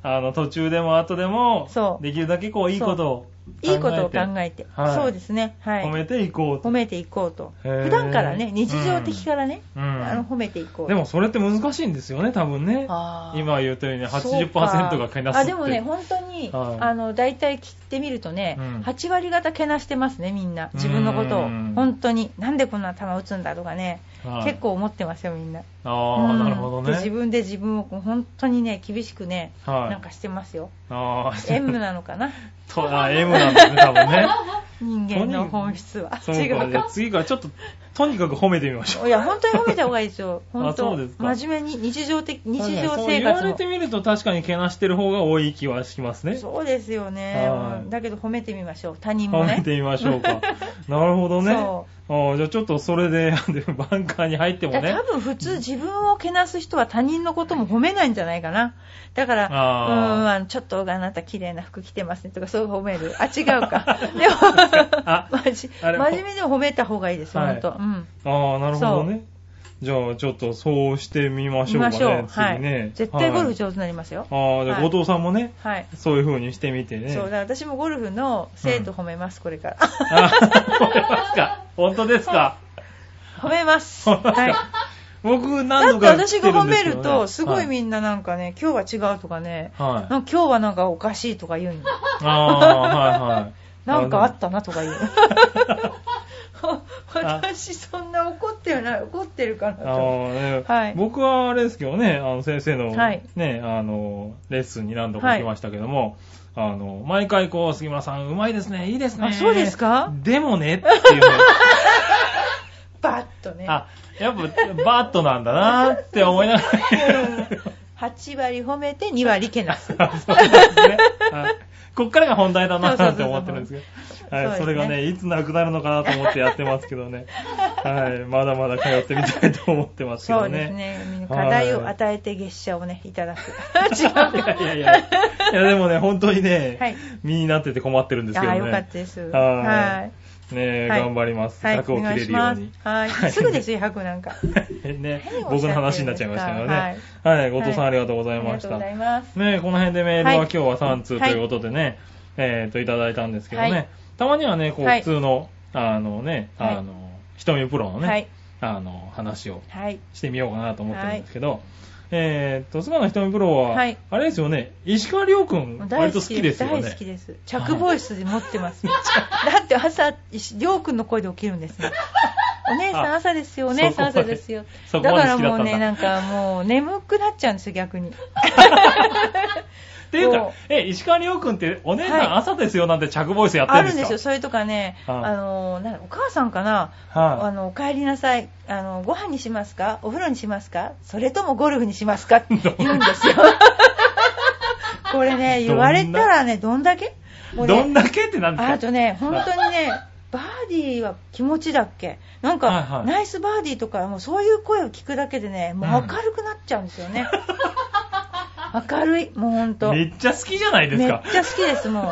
[SPEAKER 2] あ、あの、途中でも後でも
[SPEAKER 1] そ、う
[SPEAKER 2] できるだけこう、いいことを考え
[SPEAKER 1] い。
[SPEAKER 2] て。
[SPEAKER 1] いいことを考えて、
[SPEAKER 2] はい
[SPEAKER 1] そうですね。はい。
[SPEAKER 2] 褒めていこう
[SPEAKER 1] 褒
[SPEAKER 2] と。
[SPEAKER 1] めていこうと。
[SPEAKER 2] へー
[SPEAKER 1] 普段からね、日常的からね、
[SPEAKER 2] うん
[SPEAKER 1] あの褒めていこう。
[SPEAKER 2] でもそれって難しいんですよね、多分ね。
[SPEAKER 1] あー、
[SPEAKER 2] 今言うとように
[SPEAKER 1] そうか
[SPEAKER 2] 80%がけなす
[SPEAKER 1] あ、
[SPEAKER 2] って。
[SPEAKER 1] でもね、本当に、
[SPEAKER 2] はい
[SPEAKER 1] あの、大体切ってみるとね、
[SPEAKER 2] うん
[SPEAKER 1] 8割方けなしてますね、みんな。自分のこと
[SPEAKER 2] う
[SPEAKER 1] を
[SPEAKER 2] ん。
[SPEAKER 1] 本当に。なんでこんな球打つんだとかね、
[SPEAKER 2] はい
[SPEAKER 1] 結。構思ってますよ、みんな。う
[SPEAKER 2] ああ、
[SPEAKER 1] ん
[SPEAKER 2] なるほど
[SPEAKER 1] で自
[SPEAKER 2] ね。
[SPEAKER 1] 分で自分をこう本当にね、厳しくね、
[SPEAKER 2] はい
[SPEAKER 1] なんかしてますよ。
[SPEAKER 2] ああ、
[SPEAKER 1] M なのかな
[SPEAKER 2] と、あ、M なんですね、多分 ね。
[SPEAKER 1] 人間の本質は。
[SPEAKER 2] そう
[SPEAKER 1] 違
[SPEAKER 2] か、
[SPEAKER 1] う
[SPEAKER 2] じゃあ
[SPEAKER 1] か。
[SPEAKER 2] 次からちょっと、とにかく褒めてみましょう。
[SPEAKER 1] いや、本当に褒めた方がいいですよ。本
[SPEAKER 2] あそ
[SPEAKER 1] 当
[SPEAKER 2] うですか
[SPEAKER 1] 真面目に、日常的、日
[SPEAKER 2] 確か
[SPEAKER 1] 常
[SPEAKER 2] にそう
[SPEAKER 1] 生
[SPEAKER 2] 言わ
[SPEAKER 1] 活
[SPEAKER 2] れ
[SPEAKER 1] の
[SPEAKER 2] て。みると確かにけなしてる方が多い気はしますね。
[SPEAKER 1] そうですよね
[SPEAKER 2] は。い
[SPEAKER 1] うんだけど褒めてみましょう。他人も
[SPEAKER 2] 褒
[SPEAKER 1] ね。
[SPEAKER 2] めてみましょ うか。なるほどね。あ
[SPEAKER 1] そ
[SPEAKER 2] ーじゃあちょっとそれで、 でもバンカーに入っても
[SPEAKER 1] だから
[SPEAKER 2] ね
[SPEAKER 1] 多。分普通自分をけなす人は他人のことも褒めないんじゃないかな。だから、うー
[SPEAKER 2] あー
[SPEAKER 1] んあの、ちょっとあなた綺麗な服着てますねとかそういう褒める。あ、違う か。でも、
[SPEAKER 2] あ
[SPEAKER 1] 真
[SPEAKER 2] あれ
[SPEAKER 1] 面真面目に褒めた方がいいです、
[SPEAKER 2] はい
[SPEAKER 1] 本当。うん。
[SPEAKER 2] ああ、なるほどね。じゃあちょっとそうしてみましょうか
[SPEAKER 1] 見ま
[SPEAKER 2] ね。
[SPEAKER 1] しょう。は
[SPEAKER 2] 次ね
[SPEAKER 1] い。。絶対ゴルフ
[SPEAKER 2] ょ。
[SPEAKER 1] 上手になりますよ。
[SPEAKER 2] ああ、じゃあ後藤さんもね、
[SPEAKER 1] はい。
[SPEAKER 2] そういう風にしてみてね。
[SPEAKER 1] そう、だから私もゴルフの生徒褒めます、これから。
[SPEAKER 2] あー褒めますか本当ですか
[SPEAKER 1] 褒め ます。
[SPEAKER 2] そうですか
[SPEAKER 1] はい。
[SPEAKER 2] 僕
[SPEAKER 1] だ
[SPEAKER 2] 何
[SPEAKER 1] っ
[SPEAKER 2] 度
[SPEAKER 1] て
[SPEAKER 2] か来
[SPEAKER 1] 私
[SPEAKER 2] て
[SPEAKER 1] が
[SPEAKER 2] る
[SPEAKER 1] 褒
[SPEAKER 2] んです
[SPEAKER 1] め
[SPEAKER 2] けどね
[SPEAKER 1] ると、すごい
[SPEAKER 2] はい
[SPEAKER 1] みんななんかね、今日は違うとかね、
[SPEAKER 2] はい
[SPEAKER 1] なんか今日はなんかおかしいとか言うんだ。
[SPEAKER 2] ああ、はいはい。
[SPEAKER 1] なんかあ
[SPEAKER 2] た
[SPEAKER 1] ったなとか言う。 私そんな怒ってない、怒ってるかな
[SPEAKER 2] あ
[SPEAKER 1] と。
[SPEAKER 2] のね
[SPEAKER 1] はい
[SPEAKER 2] 僕はあれですけどね、あの先生の、ね
[SPEAKER 1] はい
[SPEAKER 2] あのレッスンに何度か来ましたけども、あの毎回こう、杉村さん、うまいですね、いいですね。
[SPEAKER 1] あそうですか
[SPEAKER 2] でもね、っていう、ね、
[SPEAKER 1] バッと ね。
[SPEAKER 2] あ、やっぱバットなんだなって思いなが
[SPEAKER 1] 8割褒めて2割けな す。
[SPEAKER 2] ら、そうですね。はいこっからが本題だなって思ってるんですけ
[SPEAKER 1] そ
[SPEAKER 2] ど、
[SPEAKER 1] うそうそうそう
[SPEAKER 2] はい、
[SPEAKER 1] そ
[SPEAKER 2] そ
[SPEAKER 1] ですね
[SPEAKER 2] うれがね、いつなくなるのかなと思ってやってますけどね、はい、まだまだ通ってみたいと思ってますけ
[SPEAKER 1] そ
[SPEAKER 2] ど
[SPEAKER 1] うですね。みんな課題を与えて月謝をね、いただく。違う
[SPEAKER 2] い
[SPEAKER 1] か。
[SPEAKER 2] やいやいや、いやでもね、本当にね、
[SPEAKER 1] はい
[SPEAKER 2] 身になってて困ってるんですけど
[SPEAKER 1] ああ、
[SPEAKER 2] ね。
[SPEAKER 1] よかったです。
[SPEAKER 2] はーい。ねえ、
[SPEAKER 1] はい
[SPEAKER 2] 頑張ります。
[SPEAKER 1] はい、
[SPEAKER 2] 尺を
[SPEAKER 1] お
[SPEAKER 2] 切
[SPEAKER 1] 願
[SPEAKER 2] れ
[SPEAKER 1] いし
[SPEAKER 2] るよ
[SPEAKER 1] ま
[SPEAKER 2] う
[SPEAKER 1] す
[SPEAKER 2] に。。
[SPEAKER 1] はい、すぐですよ、100なんか。
[SPEAKER 2] ね
[SPEAKER 1] 何をおっしゃってるんですか
[SPEAKER 2] 僕の話になっちゃいましたけどね。はい、後藤さ
[SPEAKER 1] は
[SPEAKER 2] ん
[SPEAKER 1] い
[SPEAKER 2] ありがとうござ
[SPEAKER 1] あ
[SPEAKER 2] い
[SPEAKER 1] りが
[SPEAKER 2] ま
[SPEAKER 1] と
[SPEAKER 2] し
[SPEAKER 1] うご
[SPEAKER 2] た。
[SPEAKER 1] ざい
[SPEAKER 2] ね
[SPEAKER 1] ます。
[SPEAKER 2] え、この辺でメールは
[SPEAKER 1] は
[SPEAKER 2] 今
[SPEAKER 1] い
[SPEAKER 2] 日は3通と
[SPEAKER 1] はい
[SPEAKER 2] いうことでね、えっと、いただいたんですけど
[SPEAKER 1] は
[SPEAKER 2] ね
[SPEAKER 1] い。
[SPEAKER 2] たまにはね、こう、
[SPEAKER 1] はい
[SPEAKER 2] 普通の、あのね、
[SPEAKER 1] はい
[SPEAKER 2] あの、瞳プロの
[SPEAKER 1] はい
[SPEAKER 2] ね、あの、話を
[SPEAKER 1] はい。
[SPEAKER 2] してみようかなと思ってるんですけど、えーっと、菅野瞳プロは、
[SPEAKER 1] はい
[SPEAKER 2] あれですよね、石川亮君、割と好きですよね。
[SPEAKER 1] 大好きです。着ボイスで持ってます。だって朝、りょうくんの声で起きるんです よ。お姉さん
[SPEAKER 2] あ
[SPEAKER 1] 朝ですよ、お姉さん朝ですよ。
[SPEAKER 2] そ
[SPEAKER 1] だ
[SPEAKER 2] こま
[SPEAKER 1] か
[SPEAKER 2] で
[SPEAKER 1] らもう
[SPEAKER 2] そこまで好きだった
[SPEAKER 1] ね、な
[SPEAKER 2] んだ
[SPEAKER 1] んかもう眠くなっちゃうんですよ、逆に。
[SPEAKER 2] っていう
[SPEAKER 1] そ
[SPEAKER 2] か
[SPEAKER 1] う、
[SPEAKER 2] え、石川遼君って、お姉さ
[SPEAKER 1] はい
[SPEAKER 2] ん朝ですよなんて着ボイスやって
[SPEAKER 1] あ
[SPEAKER 2] るんで
[SPEAKER 1] るん
[SPEAKER 2] すか
[SPEAKER 1] ですよ、それとかね、
[SPEAKER 2] はい
[SPEAKER 1] あの、なんかお母さんかな、
[SPEAKER 2] はい
[SPEAKER 1] あの、お帰りなさい、あの、ご飯にしますかお風呂にしますかそれともゴルフにします かって言うんですよ。これね、言われたらね、どんだけもうね
[SPEAKER 2] どんだけってなんですか
[SPEAKER 1] あとね、本当にね、バーディーは気持ちだっけなんか、
[SPEAKER 2] はいはい
[SPEAKER 1] ナイスバーディーとかもうそういう声を聞くだけでねもう明るくなっちゃうんですよね、明るいもうほんと
[SPEAKER 2] めっちゃ好きじゃないです
[SPEAKER 1] めっ
[SPEAKER 2] か。
[SPEAKER 1] ちゃ好きです、もう。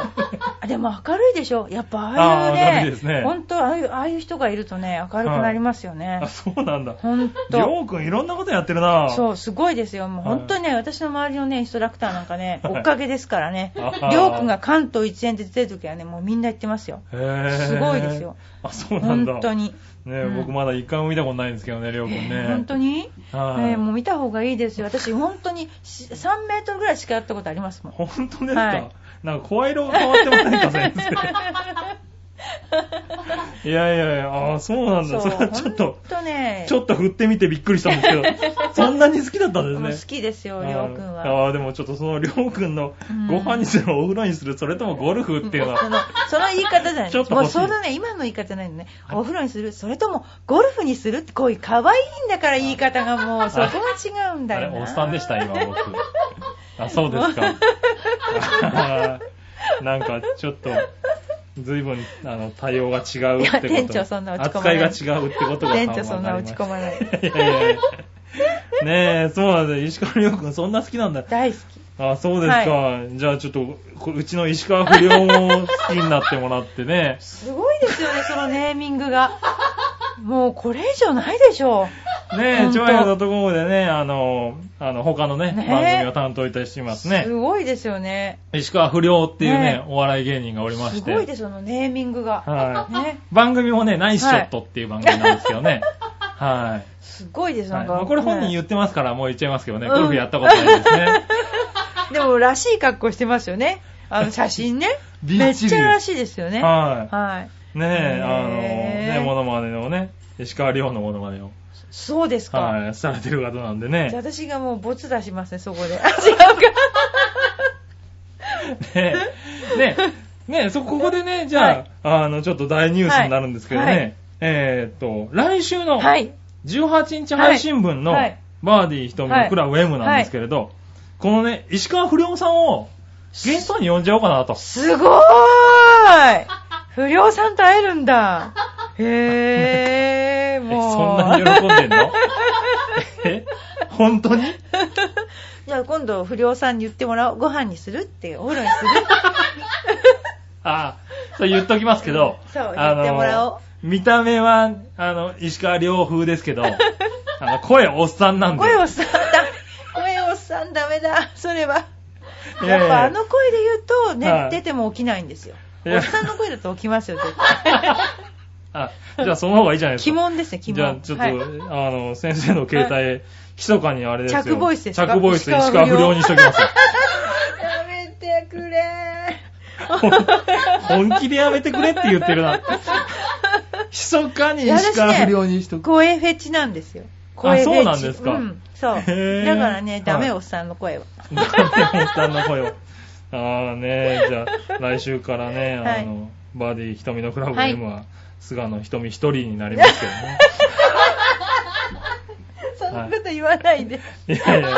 [SPEAKER 1] あでも明るいでしょ。やっぱああいう
[SPEAKER 2] あー明るい
[SPEAKER 1] ね
[SPEAKER 2] です、ね
[SPEAKER 1] 本当ああいう、ああいう人がいるとね、明るくなりますよね
[SPEAKER 2] あ、。そうなんだ。
[SPEAKER 1] 本
[SPEAKER 2] り
[SPEAKER 1] 当
[SPEAKER 2] ょうくんいろんなことやってるな
[SPEAKER 1] そう、すごいですよ。もう
[SPEAKER 2] はい
[SPEAKER 1] 本当にね、私の周りのね、インストラクターなんかね、
[SPEAKER 2] はい
[SPEAKER 1] 追っかけですからね
[SPEAKER 2] あは。は
[SPEAKER 1] りょうくんが関東一円で出てる時はね、もうみんな言ってますよ。
[SPEAKER 2] へー
[SPEAKER 1] すごいですよ。
[SPEAKER 2] あ、そうなんだ。
[SPEAKER 1] 本当に。
[SPEAKER 2] ね、
[SPEAKER 1] うん
[SPEAKER 2] 僕まだ一回も見たことないんですけどね、りょうくんね。
[SPEAKER 1] 本当に
[SPEAKER 2] はい
[SPEAKER 1] えーもう見た方がいいですよ。私、本当にし3メートルぐらいしかやったことありますもん。
[SPEAKER 2] 本当ですか、
[SPEAKER 1] はい
[SPEAKER 2] なんか声色が変わってませんか、先 生。いやいやいや、あーそうなんだ。それは ちょっと
[SPEAKER 1] 本、当ね、
[SPEAKER 2] ちょっと振ってみてびっくりしたんです けど、そんなに好きだったんです
[SPEAKER 1] もう
[SPEAKER 2] ね。
[SPEAKER 1] 好きですよ、りょうくんは。
[SPEAKER 2] あーでもちょっとそのりょうくんの
[SPEAKER 1] うん
[SPEAKER 2] ご飯にする、お風呂にする、それともゴルフっていうの
[SPEAKER 1] その
[SPEAKER 2] は、
[SPEAKER 1] その言い方じゃない。
[SPEAKER 2] ちょっと
[SPEAKER 1] も
[SPEAKER 2] 欲
[SPEAKER 1] う
[SPEAKER 2] しい
[SPEAKER 1] そのね、今の言い方じゃないのね。お風呂にするそれともゴルフにするってこういう可愛いんだから言い方が もう、そこが違うん
[SPEAKER 2] あ
[SPEAKER 1] だ
[SPEAKER 2] れ、
[SPEAKER 1] よな。
[SPEAKER 2] おっさんでした、今 僕。あ、そうですか。 あーなんかちょっと、ずいぶん、あの、対応が違うってこと。
[SPEAKER 1] いや店長そんな落ち込ま
[SPEAKER 2] 扱
[SPEAKER 1] ないい
[SPEAKER 2] が違うってことが
[SPEAKER 1] 店長そんな落ち込まない。
[SPEAKER 2] いやいやいや。ねえ、そうなんだよ。石川遼君、そんな好きなんだ。
[SPEAKER 1] 大好き。
[SPEAKER 2] あ、そうですか。じゃあちょっと、こうちの石川不良を好きになってもらってね。
[SPEAKER 1] すごいですよね、そのネーミングが。もうこれ以上ないでしょ
[SPEAKER 2] ね
[SPEAKER 1] 本
[SPEAKER 2] え、
[SPEAKER 1] 当
[SPEAKER 2] ちょやのところでね、あの、あの、他のね、
[SPEAKER 1] ねえ
[SPEAKER 2] 番組を担当いたします
[SPEAKER 1] う。
[SPEAKER 2] ね
[SPEAKER 1] す。ごいですよね。
[SPEAKER 2] 石川不良っていうね、
[SPEAKER 1] ねえ
[SPEAKER 2] お笑い芸人がおりますして。
[SPEAKER 1] ごいですよ、そのネーミングが。
[SPEAKER 2] はい。
[SPEAKER 1] ね。
[SPEAKER 2] 番組もね、ナイスショットっていう番組なんですけどね。はい。
[SPEAKER 1] すごいです、
[SPEAKER 2] は
[SPEAKER 1] ないん
[SPEAKER 2] ま
[SPEAKER 1] か。
[SPEAKER 2] あこれ本人
[SPEAKER 1] ね
[SPEAKER 2] 言ってますから、もう言っちゃいますけどね、
[SPEAKER 1] うん
[SPEAKER 2] ゴルフやったことないですね。。
[SPEAKER 1] でも、らしい格好してますよね。あの、写真ね
[SPEAKER 2] びっちり
[SPEAKER 1] めっちゃらしいです よね。
[SPEAKER 2] はい
[SPEAKER 1] はい。
[SPEAKER 2] ねえ、
[SPEAKER 1] へー
[SPEAKER 2] あの、ね、モノマネをね、石川遼のモノマネを、
[SPEAKER 1] そうですか。
[SPEAKER 2] はい、されてる方なんで
[SPEAKER 1] じゃあ
[SPEAKER 2] ね。
[SPEAKER 1] 私がもうボツ出しますね、そこで。 違うか。
[SPEAKER 2] ねえ、ねえ、ねえそここでね、じゃあ、あの、ちょっと大ニュースになるんですけどね、
[SPEAKER 1] はいはい
[SPEAKER 2] えーっと、来週の
[SPEAKER 1] はい。
[SPEAKER 2] 18日配信分の、
[SPEAKER 1] はい
[SPEAKER 2] バーディー瞳のクラブ M なんですけれど、このね、石川不良さんをゲストに呼んじゃおうかなと。
[SPEAKER 1] すごーい不良さんと会えるんだ。へー、
[SPEAKER 2] え
[SPEAKER 1] もう。
[SPEAKER 2] そんなに喜んでんのえ本当に
[SPEAKER 1] じゃあ今度不良さんに言ってもらおう。ご飯にするって、お風呂にする
[SPEAKER 2] ああ、そう言っときますけど、
[SPEAKER 1] そう
[SPEAKER 2] あ
[SPEAKER 1] 言
[SPEAKER 2] の
[SPEAKER 1] ってもらおう
[SPEAKER 2] 見た目は、あの、石川遼風で すけど、あの、声おっさんなんで。
[SPEAKER 1] 声おっさんだ。声おっさんダメだ。それは。
[SPEAKER 2] いやい
[SPEAKER 1] や
[SPEAKER 2] や
[SPEAKER 1] っぱあの声で言うと
[SPEAKER 2] はい
[SPEAKER 1] ね、出ても起きないんですよ。
[SPEAKER 2] いや
[SPEAKER 1] おっさんの声だと起きますよ、絶対。
[SPEAKER 2] あ、じゃあその方がいいじゃないです
[SPEAKER 1] 鬼
[SPEAKER 2] か。
[SPEAKER 1] 門ですね、鬼門。
[SPEAKER 2] じゃあちょっと、
[SPEAKER 1] はい
[SPEAKER 2] あの、先生の携帯、密かにあれですよ。
[SPEAKER 1] 着ボイスですか
[SPEAKER 2] 着ボイス、
[SPEAKER 1] 石川
[SPEAKER 2] 石
[SPEAKER 1] 不良
[SPEAKER 2] 川不良にしときますよ。
[SPEAKER 1] やめてくれ
[SPEAKER 2] 本気でやめてくれって言ってるな。密かに石川不良にしとく。
[SPEAKER 1] 声フェチなんですよ。
[SPEAKER 2] あ
[SPEAKER 1] 声フェチ。
[SPEAKER 2] そうなんですか
[SPEAKER 1] うん、そう。だ
[SPEAKER 2] へ
[SPEAKER 1] か
[SPEAKER 2] ー
[SPEAKER 1] らね、ダメ、
[SPEAKER 2] はい
[SPEAKER 1] おっさんの声は。
[SPEAKER 2] ダメおっさんの声を。ああね、じゃあ来週からね、
[SPEAKER 1] はい
[SPEAKER 2] あの、バディ瞳のクラブ
[SPEAKER 1] はい
[SPEAKER 2] M は、菅野瞳一人になりますけ どね。
[SPEAKER 1] そんなこと言わないで。
[SPEAKER 2] いやいや、ちょっ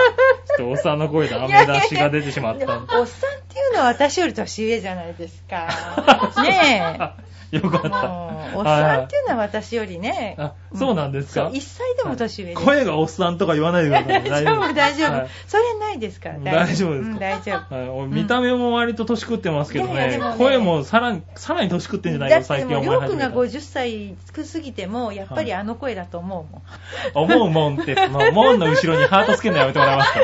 [SPEAKER 2] とおっさんの声でアメ出しが出てしまったんで。
[SPEAKER 1] おっさんっていうのは私より年上じゃないです か。ね
[SPEAKER 2] え。 よかっ。
[SPEAKER 1] え。もうおったさんって
[SPEAKER 2] い
[SPEAKER 1] いうのは私よりね。
[SPEAKER 2] あそうなんですか
[SPEAKER 1] そう1歳でも年上です。
[SPEAKER 2] 声がおっさんとか言わないでください。
[SPEAKER 1] 大丈夫、大丈
[SPEAKER 2] はい
[SPEAKER 1] 夫。それないですから、
[SPEAKER 2] 大丈夫ですか
[SPEAKER 1] うん大丈夫。
[SPEAKER 2] はい、俺見た目も割と年食ってますけどね、
[SPEAKER 1] いやいやでもね
[SPEAKER 2] 声もさらに、さらに年食ってんじゃない
[SPEAKER 1] だっ
[SPEAKER 2] か、
[SPEAKER 1] て
[SPEAKER 2] 最
[SPEAKER 1] も
[SPEAKER 2] 近
[SPEAKER 1] う、りょ
[SPEAKER 2] 思いう
[SPEAKER 1] く
[SPEAKER 2] 始
[SPEAKER 1] ん
[SPEAKER 2] め
[SPEAKER 1] が
[SPEAKER 2] た。
[SPEAKER 1] 50歳過ぎても、やっぱりあの声だと思うもん。
[SPEAKER 2] 思うもんって、もうもんの後ろにハートつけるのやめてもらえますか。。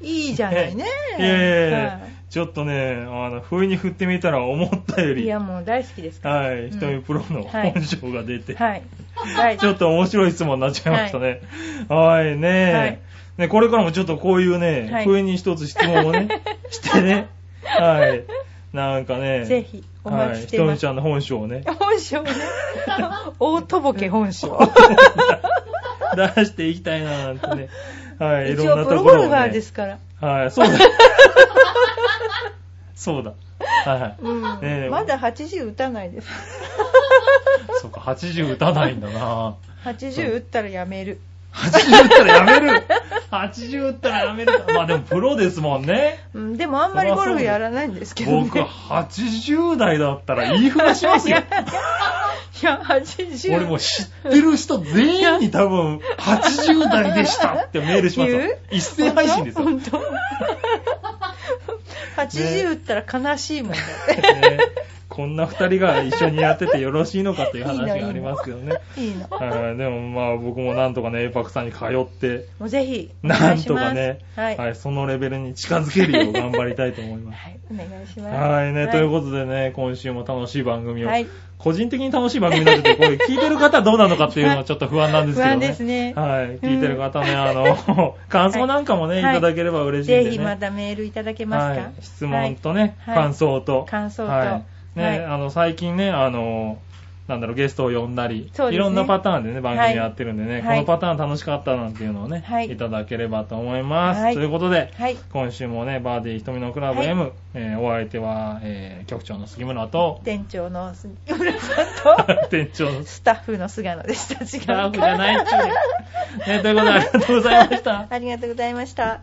[SPEAKER 1] いいじゃないね
[SPEAKER 2] いやいやいや
[SPEAKER 1] はい
[SPEAKER 2] ちょっとね、あの、不意に振ってみたら思ったよ
[SPEAKER 1] い
[SPEAKER 2] り、
[SPEAKER 1] や、
[SPEAKER 2] は
[SPEAKER 1] もう大好きですから。
[SPEAKER 2] い、瞳プロの
[SPEAKER 1] はい
[SPEAKER 2] 本性が出て、
[SPEAKER 1] はい。はい。
[SPEAKER 2] ちょっと面白い質問になっちゃいましたね。はい、ね
[SPEAKER 1] はい
[SPEAKER 2] ね、これからもちょっとこういうね、
[SPEAKER 1] はい
[SPEAKER 2] 不意に一つ質問をね、 してね、はい、なんかね、
[SPEAKER 1] ぜひ、お
[SPEAKER 2] は
[SPEAKER 1] 待
[SPEAKER 2] い、
[SPEAKER 1] ちし
[SPEAKER 2] ひ
[SPEAKER 1] て
[SPEAKER 2] と
[SPEAKER 1] ま
[SPEAKER 2] みち
[SPEAKER 1] す。
[SPEAKER 2] ゃんの本性をね、
[SPEAKER 1] 本性ね。 大とぼけ本性。
[SPEAKER 2] 出していきたいななんてね。はい、い
[SPEAKER 1] 一
[SPEAKER 2] ろんな
[SPEAKER 1] 応、プ
[SPEAKER 2] と
[SPEAKER 1] ロ
[SPEAKER 2] こ
[SPEAKER 1] ゴ
[SPEAKER 2] ろを、
[SPEAKER 1] ル
[SPEAKER 2] ね。
[SPEAKER 1] ファーですから。
[SPEAKER 2] はい、そ うだ。そうだ。はいはい。
[SPEAKER 1] うん
[SPEAKER 2] ねえ
[SPEAKER 1] まだ80打たないです。
[SPEAKER 2] そうか、80打たないんだな
[SPEAKER 1] 80打ったらやめる。
[SPEAKER 2] 80打ったらやめる !80 打ったらやめるまあでもプロですもんね。
[SPEAKER 1] うん、でもあんまりゴルフやらないんですけど、ね。
[SPEAKER 2] 僕80代だったら言いふらしますよ。
[SPEAKER 1] いや、80。
[SPEAKER 2] 俺もう知ってる人全員に多分80代でしたってメールしますよ
[SPEAKER 1] 言う。
[SPEAKER 2] 一斉配信ですよ。
[SPEAKER 1] 本当 ?80 打ったら悲しいもんだっ
[SPEAKER 2] ねこんな二人が一緒にやっててよろしいのかという話
[SPEAKER 1] いいのいい
[SPEAKER 2] が
[SPEAKER 1] の
[SPEAKER 2] ありますけどね。
[SPEAKER 1] て。いいの。
[SPEAKER 2] はいでもまあ僕もなんとかね、エイパクさんに通って、
[SPEAKER 1] もうぜひ、お
[SPEAKER 2] な
[SPEAKER 1] 願い
[SPEAKER 2] ん
[SPEAKER 1] し
[SPEAKER 2] と
[SPEAKER 1] ます
[SPEAKER 2] かね、
[SPEAKER 1] はい。
[SPEAKER 2] はい、そのレベルに近づけるよう頑張りたいと思います。
[SPEAKER 1] はいお願いします。
[SPEAKER 2] はいね、ということでね、今週も楽しい番組を、
[SPEAKER 1] はい
[SPEAKER 2] 個人的に楽しい番組なんで、これ聞いてる方はどうなのかっていう のはちょっと不安なんですけど
[SPEAKER 1] 不
[SPEAKER 2] ね。
[SPEAKER 1] 安ですね
[SPEAKER 2] はい、聞いてる方ね、あ の、感想なんかもね、
[SPEAKER 1] はい
[SPEAKER 2] い、ただければ嬉しいんで、
[SPEAKER 1] ぜ
[SPEAKER 2] ね。
[SPEAKER 1] ひまたメールいただけますか、
[SPEAKER 2] はい、質問とね、
[SPEAKER 1] はい
[SPEAKER 2] 感想と。
[SPEAKER 1] 感想と
[SPEAKER 2] はい、ね、
[SPEAKER 1] はい
[SPEAKER 2] あの、最近ね、あの、なんだろう、ゲストを呼んだり、
[SPEAKER 1] そうですね
[SPEAKER 2] いろんなパターンでね、番組やってるんでね、
[SPEAKER 1] はい
[SPEAKER 2] このパターン楽しかったなんていうのをね、
[SPEAKER 1] はい
[SPEAKER 2] い、ただければと思います。
[SPEAKER 1] はい
[SPEAKER 2] ということで、
[SPEAKER 1] はい。
[SPEAKER 2] 今週もね、バーディー瞳のクラブ
[SPEAKER 1] はい、
[SPEAKER 2] M、えーお相手は、えー局長の杉村と
[SPEAKER 1] 店長の杉村さんと、
[SPEAKER 2] 店長のス
[SPEAKER 1] スタッフの菅野でした。違うか
[SPEAKER 2] タッフじゃないっちゅうね。ね、ということでありがとうございました。
[SPEAKER 1] ありがとうございました。